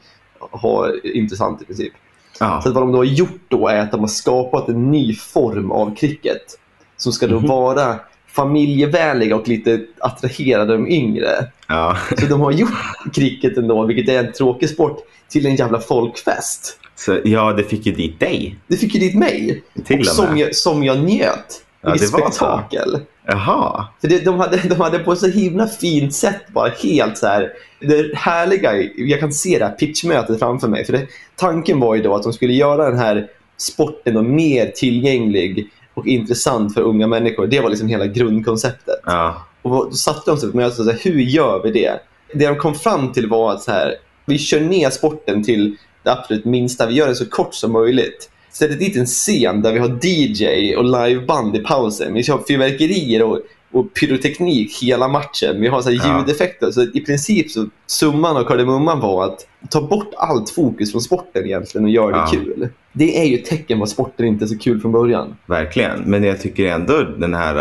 B: ha intressant i princip.
A: ja.
B: Så att vad de då har gjort då är att de har skapat en ny form av cricket som ska då vara familjevänliga och lite attrahera de yngre.
A: ja. *laughs*
B: Så de har gjort *laughs* cricket ändå, vilket är en tråkig sport, till en jävla folkfest.
A: Så, ja, det fick ju dit dig.
B: Det fick ju dit mig.
A: Till
B: och
A: och
B: som
A: med.
B: jag, som jag njöt.
A: Ja,
B: Vilket
A: det var så.
B: spektakel.
A: Jaha.
B: För det, de, hade, de hade på ett så himla fint sätt bara helt så här. Det härliga, är- jag kan se det här pitchmötet framför mig. För det, tanken var ju då att de skulle göra den här sporten då mer tillgänglig och intressant för unga människor. Det var liksom hela grundkonceptet.
A: Ja.
B: Och då satte de sig på mötet och sa, hur gör vi det? Det de kom fram till var att så här, vi kör ner sporten till det absolut minsta. Vi gör den så kort som möjligt. Sätter dit en scen där vi har DJ och liveband i pausen. Vi kör fyrverkerier och, och pyroteknik hela matchen. Vi har så här
A: Ja.
B: ljudeffekter. Så i princip så summan av kardemumman var att ta bort allt fokus från sporten egentligen och göra det
A: Ja.
B: kul. Det är ju ett tecken på att sporten inte är så kul från början.
A: Verkligen. Men jag tycker ändå den här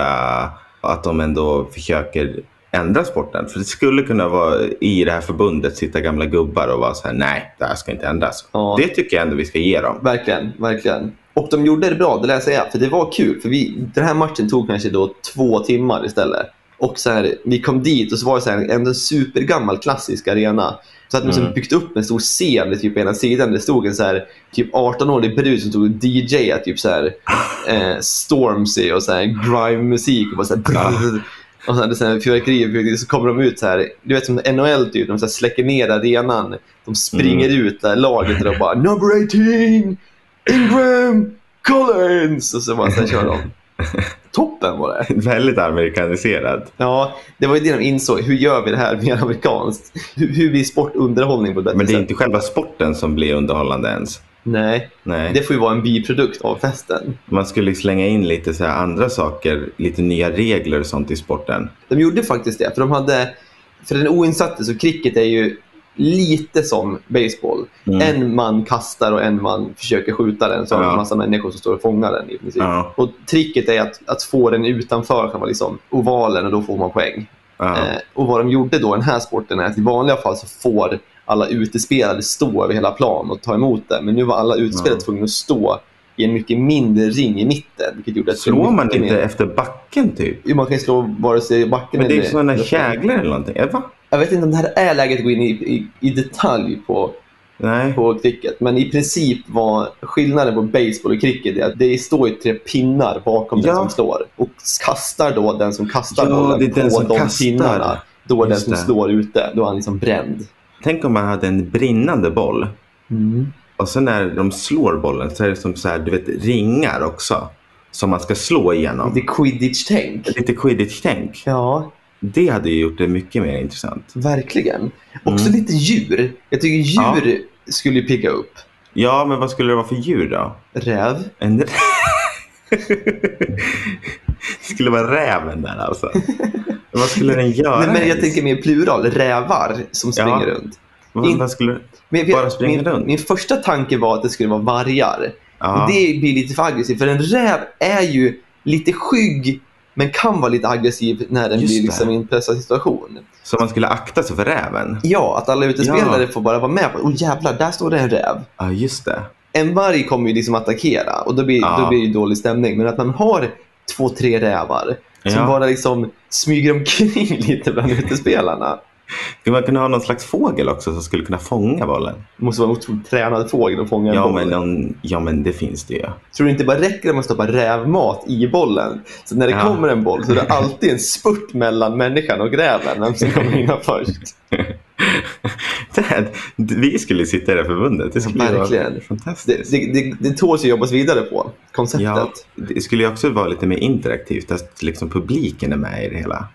A: äh, att de ändå försöker ändra sporten. För det skulle kunna vara i det här förbundet sitta gamla gubbar och vara så här, nej, det här ska inte ändras.
B: Ja.
A: Det tycker jag ändå vi ska ge dem.
B: Verkligen, verkligen. Och de gjorde det bra, det lär jag säga. För det var kul. För vi, den här matchen tog kanske då två timmar istället. Och så här, vi kom dit och så var det så här, en, en supergammal klassisk arena. Så hade de mm. byggt upp en stor scen vid typ på ena sidan. Det stod en så här, typ 18-årig brud som stod och DJade typ så här, eh, Stormzy och så här, grime-musik. Och bara så här, och sen, sen fyrverkerier och fyrverkerier, så kommer de ut så här. Du vet som NHL typ, de så här släcker ner arenan. De springer
A: Mm.
B: ut där laget och de bara “Number 18! Ingram! Collins!” Och så bara så här kör
A: *laughs*
B: de. Toppen var det.
A: Väldigt amerikaniserad.
B: Ja, det var ju det de insåg. Hur gör vi det här mer amerikanskt? Hur, hur blir sport underhållning på ett bättre
A: Men det är
B: sätt?
A: inte själva sporten som blir underhållande ens.
B: Nej,
A: Nej.
B: det får ju vara en biprodukt av festen.
A: Man skulle slänga in lite så här andra saker, lite nya regler och sånt i sporten.
B: De gjorde faktiskt det. För, de hade, för den oinsatte så cricket är ju lite som baseball. En man kastar och en man försöker skjuta den. Så har man en
A: Mm. Ja.
B: massa människor som står och fångar den. I princip.
A: Ja.
B: Och tricket är att, att få den utanför själva liksom, ovalen och då får man poäng.
A: Ja.
B: Eh, och vad de gjorde då i den här sporten är att i vanliga fall så får alla utespelare stå över hela plan och ta emot den. Men nu var alla utespelare tvungna att stå i en mycket mindre ring i mitten. Vilket gjorde att det blev
A: Slår man
B: mycket
A: inte
B: mer-
A: efter backen typ?
B: Jo, man kan ju slå vare sig backen
A: Men det är ju
B: eller...
A: sådana
B: eller-
A: käglor eller någonting. Eh, Va?
B: Jag vet inte om det här är läget att gå in i, i, i detalj på,
A: Nej.
B: på cricket. Men i princip var skillnaden på baseball och cricket är att det står ju tre pinnar bakom den
A: Ja.
B: som slår. Och kastar då den som kastar
A: Ja,
B: bollen
A: det är den
B: på
A: som
B: de
A: kastar.
B: pinnarna. Då är den
A: Just
B: som
A: det.
B: slår ute, då är han liksom bränd.
A: Tänk om man hade en brinnande boll.
B: Mm.
A: Och sen när de slår bollen så är det som så här, du vet, ringar också. Som man ska slå igenom.
B: Det är quidditch-tänk.
A: Lite quidditch-tänk.
B: Ja,
A: Det hade ju gjort det mycket mer intressant.
B: verkligen. Också
A: Mm.
B: lite djur. Jag tycker djur skulle ju picka upp.
A: Ja, men vad skulle det vara för djur då?
B: Räv.
A: En... rä- *laughs* det skulle vara räven där alltså. vad skulle den göra?
B: Nej, men jag
A: ens?
B: tänker mer plural. Rävar som
A: Ja.
B: springer runt.
A: vad,
B: in-
A: vad skulle...
B: Men jag vet-
A: Bara springa
B: min,
A: runt.
B: min första tanke var att det skulle vara vargar.
A: Ja.
B: Det blir lite för aggressivt. För en räv är ju lite skygg men kan vara lite aggressiv när den
A: Just
B: blir
A: det.
B: liksom i en pressad situation.
A: Så man skulle akta sig för räven?
B: Ja, att alla utespelare
A: Ja.
B: får bara vara med på oh, jävlar, där står det en räv.
A: Ja, just det.
B: En varg kommer ju liksom attackera och då blir,
A: Ja.
B: då blir det ju dålig stämning. Men att man har två, tre rävar som
A: Ja.
B: bara liksom smyger omkring *laughs* lite bland utespelarna.
A: Skulle man kunna ha någon slags fågel också som skulle kunna fånga bollen?
B: Det måste vara en otroligt tränad fågel att fånga en
A: Ja,
B: boll.
A: men, någon... ja, men det finns det ju. *laughs*
B: Tror du inte bara räcker om man stoppar rävmat i bollen? Så när det
A: Ja.
B: kommer en boll så är det alltid en spurt mellan människan och räven. Vem som kommer hinna först?
A: Dad, vi skulle sitta i det här förbundet. Det skulle ju vara
B: Verkligen.
A: fantastiskt.
B: Det, det, det, det tåls ju jobbas vidare på, konceptet.
A: Ja, det skulle ju också vara lite mer interaktivt, att liksom publiken är med i det hela.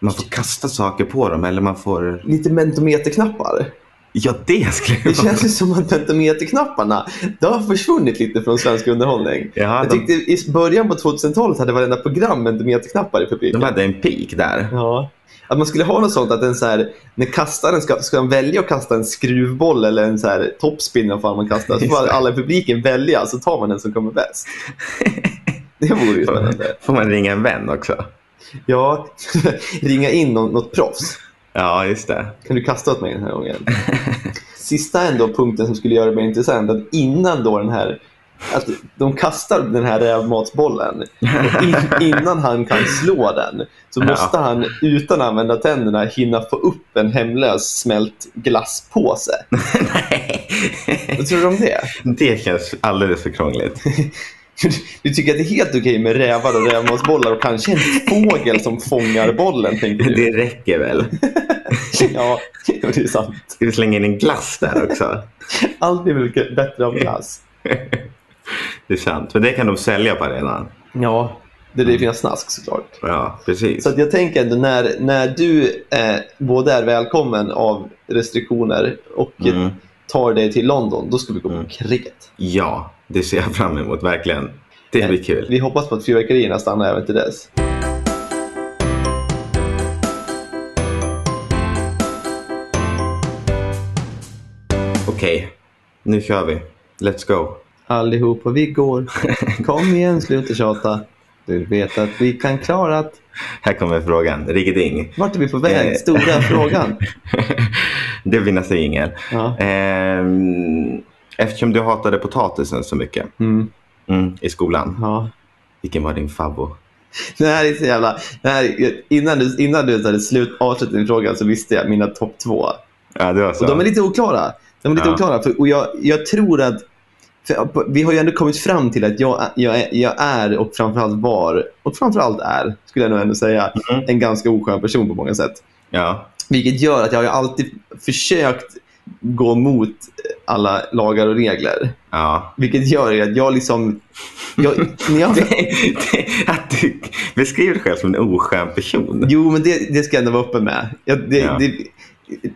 A: Man får kasta saker på dem eller man får...
B: Lite mentometerknappar.
A: Ja, det skulle ju
B: Det
A: vara...
B: känns ju som att mentometerknapparna, det har försvunnit lite från svensk underhållning.
A: Ja,
B: jag
A: de-
B: tyckte i början på 2000-talet hade varenda program mentometerknappar i publiken.
A: De hade en pik där.
B: Ja. Att man skulle ha något sånt att en så här, när kastaren ska, ska han välja att kasta en skruvboll eller en så här topspin eller vad fan man kastar. Så får
A: Just det.
B: alla i publiken välja, så tar man den som
A: *laughs*
B: kommer bäst. Det vore ju spännande.
A: Får man ringa en vän också?
B: Ja, *laughs* ringa in någon, något proffs.
A: Ja, just det.
B: Kan du kasta åt mig den här gången? Sista ändå punkten som skulle göra det mer intressant, att innan då den här att de kastar den här rävmatsbollen. och In, innan han kan slå den så
A: Ja.
B: måste han utan att använda tänderna hinna få upp en hemlös smält glasspåse. Vad tror du om det?
A: Det känns alldeles för
B: *laughs*
A: krångligt.
B: Du tycker att det är helt okej med rävar och rävmatsbollar och kanske en fågel som fångar bollen, tänkte
A: *laughs*
B: du?
A: Det räcker väl?
B: Ja, *laughs* det är sant.
A: Ska vi slänga in en glass där också?
B: Allt blir väl bättre av glass.
A: Det är sant. Men det kan de sälja på arenan.
B: Ja, det är det fina snask såklart.
A: Ja, precis.
B: Så att jag tänker ändå när, när du eh, både är välkommen av restriktioner och eh,
A: Mm.
B: tar dig till London, då ska vi gå på cricket.
A: Ja, det ser jag fram emot verkligen. Det blir kul.
B: Vi hoppas på att fyrverkerierna stannar även till dess.
A: Okej, nu kör vi. Let's go.
B: Allihopa
A: *laughs*
B: vi går. Kom igen, sluta tjata. Du vet att vi kan klara att...
A: Här kommer frågan. Riggeding. *laughs*
B: Vart är vi på
A: Eh.
B: väg? Stora
A: *laughs*
B: frågan.
A: det blir nästa jingel.
B: Ja.
A: Ehm, eftersom du hatade potatisen så mycket
B: Mm.
A: mm, i skolan.
B: Ja.
A: Vilken var din favvo?
B: Det här är så jävla... Det här är... Innan du, innan du hade slut avslutat din fråga så visste jag mina topp två.
A: Ja, det var så.
B: Och de är lite oklara. De är lite
A: Ja.
B: oklara. För, och jag, jag tror att... För vi har ju ändå kommit fram till att jag, jag, är- jag är och framförallt var, och framförallt är, skulle jag nog ändå säga,
A: Mm-hmm.
B: en ganska oskön person på många sätt.
A: Ja,
B: Vilket gör att jag har ju alltid försökt gå emot alla lagar och regler.
A: ja. *laughs*
B: Vilket gör ju att jag liksom... Jag, när jag,
A: att du beskriver dig själv som en oskön person.
B: *laughs* jo, men det, det ska jag ändå vara öppen med. Jag, det,
A: Ja.
B: det,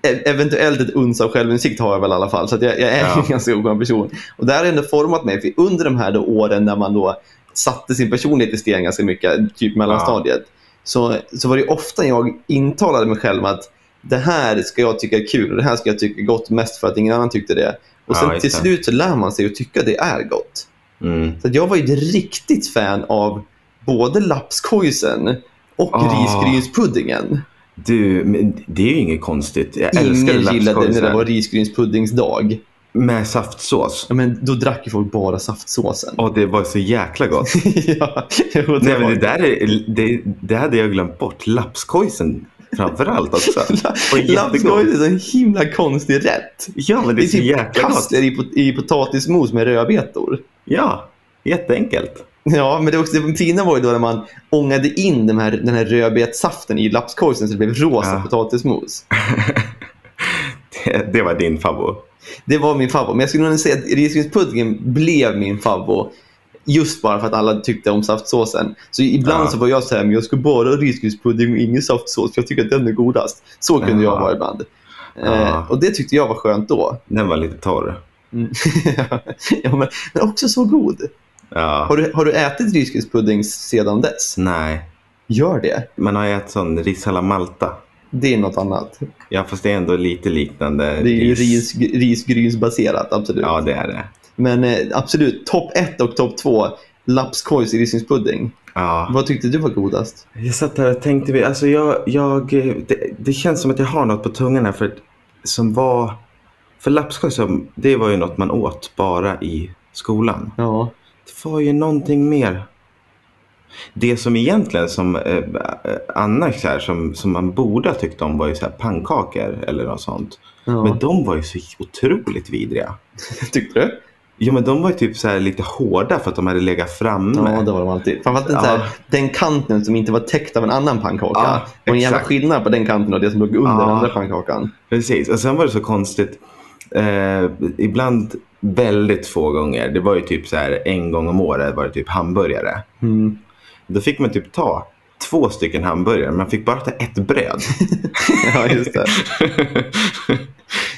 B: e- eventuellt ett uns av självinsikt har jag väl i alla fall. Så att jag, jag är
A: Ja.
B: en *laughs* ganska oskön person. Och det här har ändå format mig. För under de här då åren när man då satte sin personlighet i sten ganska mycket, typ mellanstadiet, så, så var det ju ofta jag intalade mig själv att det här ska jag tycka är kul och det här ska jag tycka är gott mest för att ingen annan tyckte det. Och sen
A: Ja, just
B: till
A: det.
B: slut så lär man sig att tycka det är gott.
A: Mm.
B: Så att jag var ju ett riktigt fan av både lapskojsen och
A: Ah.
B: risgrynspuddingen.
A: Du, men det är ju inget konstigt. Jag älskar
B: Ingen gillade när det
A: lapskojsar.
B: var risgrynspuddingsdag.
A: Med saftsås.
B: Ja, men då drack ju folk bara saftsåsen.
A: Och det var så jäkla gott.
B: *laughs* ja, jag vet
A: Oh. Nej, men
B: vad.
A: det, där är, det, det hade jag glömt bort. Lapskojsen framför allt
B: *laughs*
A: också. Och
B: Lapskojs
A: jättegott.
B: är så en himla konstig rätt.
A: Ja, men det
B: typ
A: är så jäkla gott.
B: kassler i, pot- i potatismos med rödbetor.
A: Ja, jätteenkelt. *laughs*
B: Ja, men det, också, det fina var ju då när man ångade in den här, den här rödbetssaften i lapskojsen så det blev rosa
A: Ja.
B: potatismos.
A: Det, det var din favvo.
B: Det var min favvo. Men jag skulle nog säga att risgrynspuddingen blev min favvo. Just bara för att alla tyckte om saftsåsen. Så ibland
A: Ja.
B: så var jag så här, men jag ska bara ha risgrynspudding och ingen saftsås för jag tycker att den är godast. Så kunde jag
A: Ja.
B: vara ibland.
A: Ja.
B: Eh, och det tyckte jag var skönt då. *laughs*
A: Den var lite torr.
B: Mm. ja, men, men också så god.
A: Ja.
B: Har du, har du ätit risgrynspudding sedan dess?
A: Nej,
B: Gör det.
A: man har ju ätit sån ris alla Malta.
B: Det är något annat.
A: Ja, fast det är ändå lite liknande.
B: Det är ju ris, risgrynsbaserat, absolut.
A: Ja, det är det.
B: Men eh, absolut, topp ett och topp två, lapskojs i risgrynspudding.
A: Ja.
B: Vad tyckte du var godast?
A: Jag satt där och tänkte, vi- alltså jag, jag, det, det känns som att jag har något på tungan här för, som var, för lapskoj som, det var ju något man åt bara i skolan.
B: Ja.
A: Det var ju någonting mer. Det som egentligen som eh, annars så här, som, som man borde ha tyckt om var ju så här pannkakor eller något sånt.
B: Ja.
A: Men de var ju så otroligt vidriga.
B: *laughs* Tyckte du?
A: Jo, men de var ju typ så här lite hårda för att de hade legat framme.
B: Ja, det var de alltid. Framförallt den, så här,
A: Ja.
B: den kanten som inte var täckt av en annan pannkaka.
A: Ja,
B: det var en jävla
A: exakt.
B: skillnad på den kanten och det som låg under den
A: Ja.
B: andra pannkakan.
A: Precis, och sen var det så konstigt. Eh, ibland väldigt få gånger. Det var ju typ så här en gång om året var det typ hamburgare.
B: Mm.
A: Då fick man typ ta två stycken hamburgare. Man fick bara ta ett bröd. *laughs*
B: Ja, just det.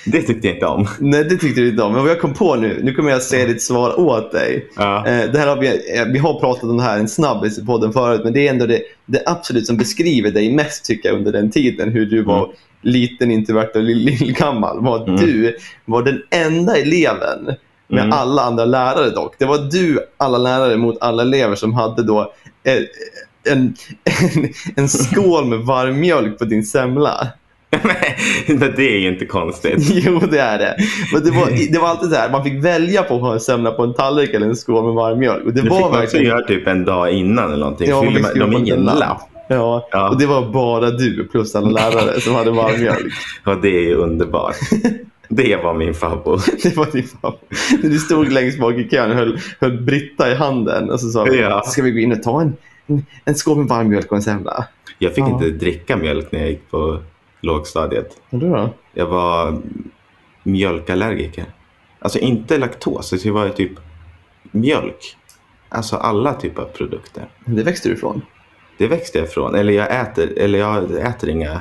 A: det tyckte jag inte om.
B: *laughs* Nej, det tyckte du inte om. Men vad jag kom på nu, nu kommer jag säga ditt svar åt dig.
A: Ja.
B: Eh, Det här har vi, eh, vi har pratat om det här en snabbis i podden förut, men det är ändå det, det absolut som beskriver dig mest tycker jag under den tiden. Hur
A: Mm.
B: du var liten, introvert och lill- lillgammal. Var att Du var den enda eleven med
A: Mm.
B: alla andra lärare dock. Det var du, alla lärare mot alla elever som hade då eh, en, en, en skål med varm mjölk på din semla.
A: *laughs*
B: *laughs*
A: Men det är ju inte konstigt.
B: Jo, det är det. Men det, var, det var alltid så här, man fick välja på att ha en semla på en tallrik eller en skål med varm mjölk. Och *laughs* det,
A: Det fick
B: var
A: man också
B: verkligen...
A: göra typ en dag innan eller någonting.
B: Ja,
A: Fyller
B: vi
A: man
B: skrev på
A: dem i en
B: liten
A: lapp.
B: Ja.
A: Ja.
B: och det var bara du
A: *laughs*
B: plus alla lärare som hade varm mjölk.
A: Ja, det är ju
B: *laughs*
A: underbart. det var min favorit.
B: Det var din favorit. Du stod längst bak i kön och höll, höll Britta i handen och så sa vi,
A: Ja.
B: ska vi gå in och ta en, en, en skål med varm mjölk och en semla?
A: Jag fick
B: Ja.
A: inte dricka mjölk när jag gick på lågstadiet.
B: Och du då?
A: Jag var mjölkallergiker. Alltså inte laktos, utan jag var typ mjölk. Alltså alla typer av produkter.
B: Det växte du ifrån.
A: Det växte jag ifrån. Eller jag äter, eller jag äter inga,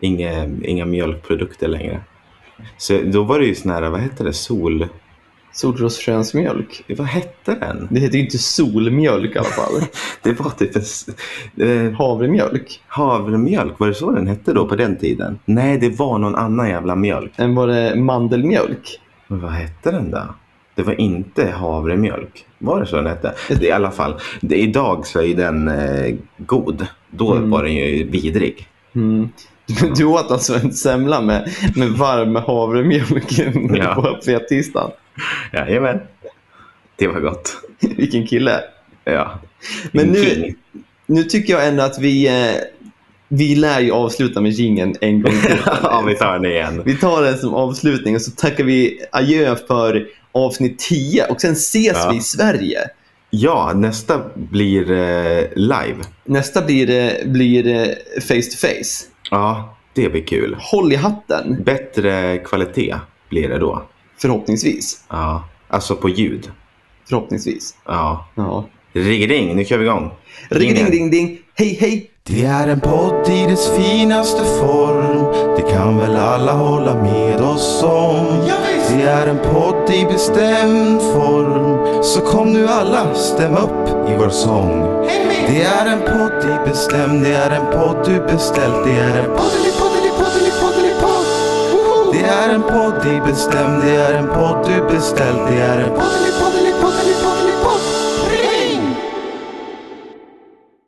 A: inga, inga mjölkprodukter längre. Så då var det ju sån här, vad hette det, sol...
B: Solrosfrönsmjölk.
A: Vad hette den?
B: Det heter ju inte solmjölk i
A: *laughs*
B: alla fall.
A: Det var typ en... s- Eh,
B: Havremjölk.
A: havremjölk, var det så den hette då på den tiden? Nej, det var någon annan jävla mjölk.
B: Än var det mandelmjölk.
A: Men vad hette den då? Det var inte havremjölk. Var det så den hette? Det, I alla fall, det, idag så är den eh, god. Då var den ju vidrig.
B: Mm. Du- Du åt alltså en semla med, med varm havremjölk
A: Ja.
B: på fettisdagen.
A: Jajamän. Det var gott.
B: Vilken kille.
A: Ja.
B: Men
A: En
B: nu-
A: king.
B: Nu tycker jag ändå att vi, eh, vi lär ju avsluta med jingeln en gång till.
A: *laughs* ja, vi tar den igen.
B: Vi tar den som avslutning och så tackar vi adjö för avsnitt 10 och sen ses
A: Ja.
B: vi i Sverige.
A: Ja, nästa blir eh, live.
B: Nästa blir, eh, blir eh, face to face.
A: Ja, det blir kul.
B: Håll i hatten,
A: Bättre kvalitet blir det då.
B: förhoppningsvis.
A: Ja. Alltså på ljud.
B: Förhoppningsvis.
A: Ja.
B: Ja.
A: Ring, ring. Nu kör vi igång. Ringen.
B: Ring, ding, ding, ding. Hej, hej!
C: Det är en podd i dess finaste form Det kan väl alla hålla med oss om Det är en podd i bestämd form Så kom nu alla, stäm upp i vår sång Det är en podd i bestämd Det är en podd du beställt Det är en poddeli, poddeli, poddeli, poddeli, podd Woho! Det är en podd i bestämd Det är en podd du beställt Det är en poddeli, poddeli, poddeli, poddeli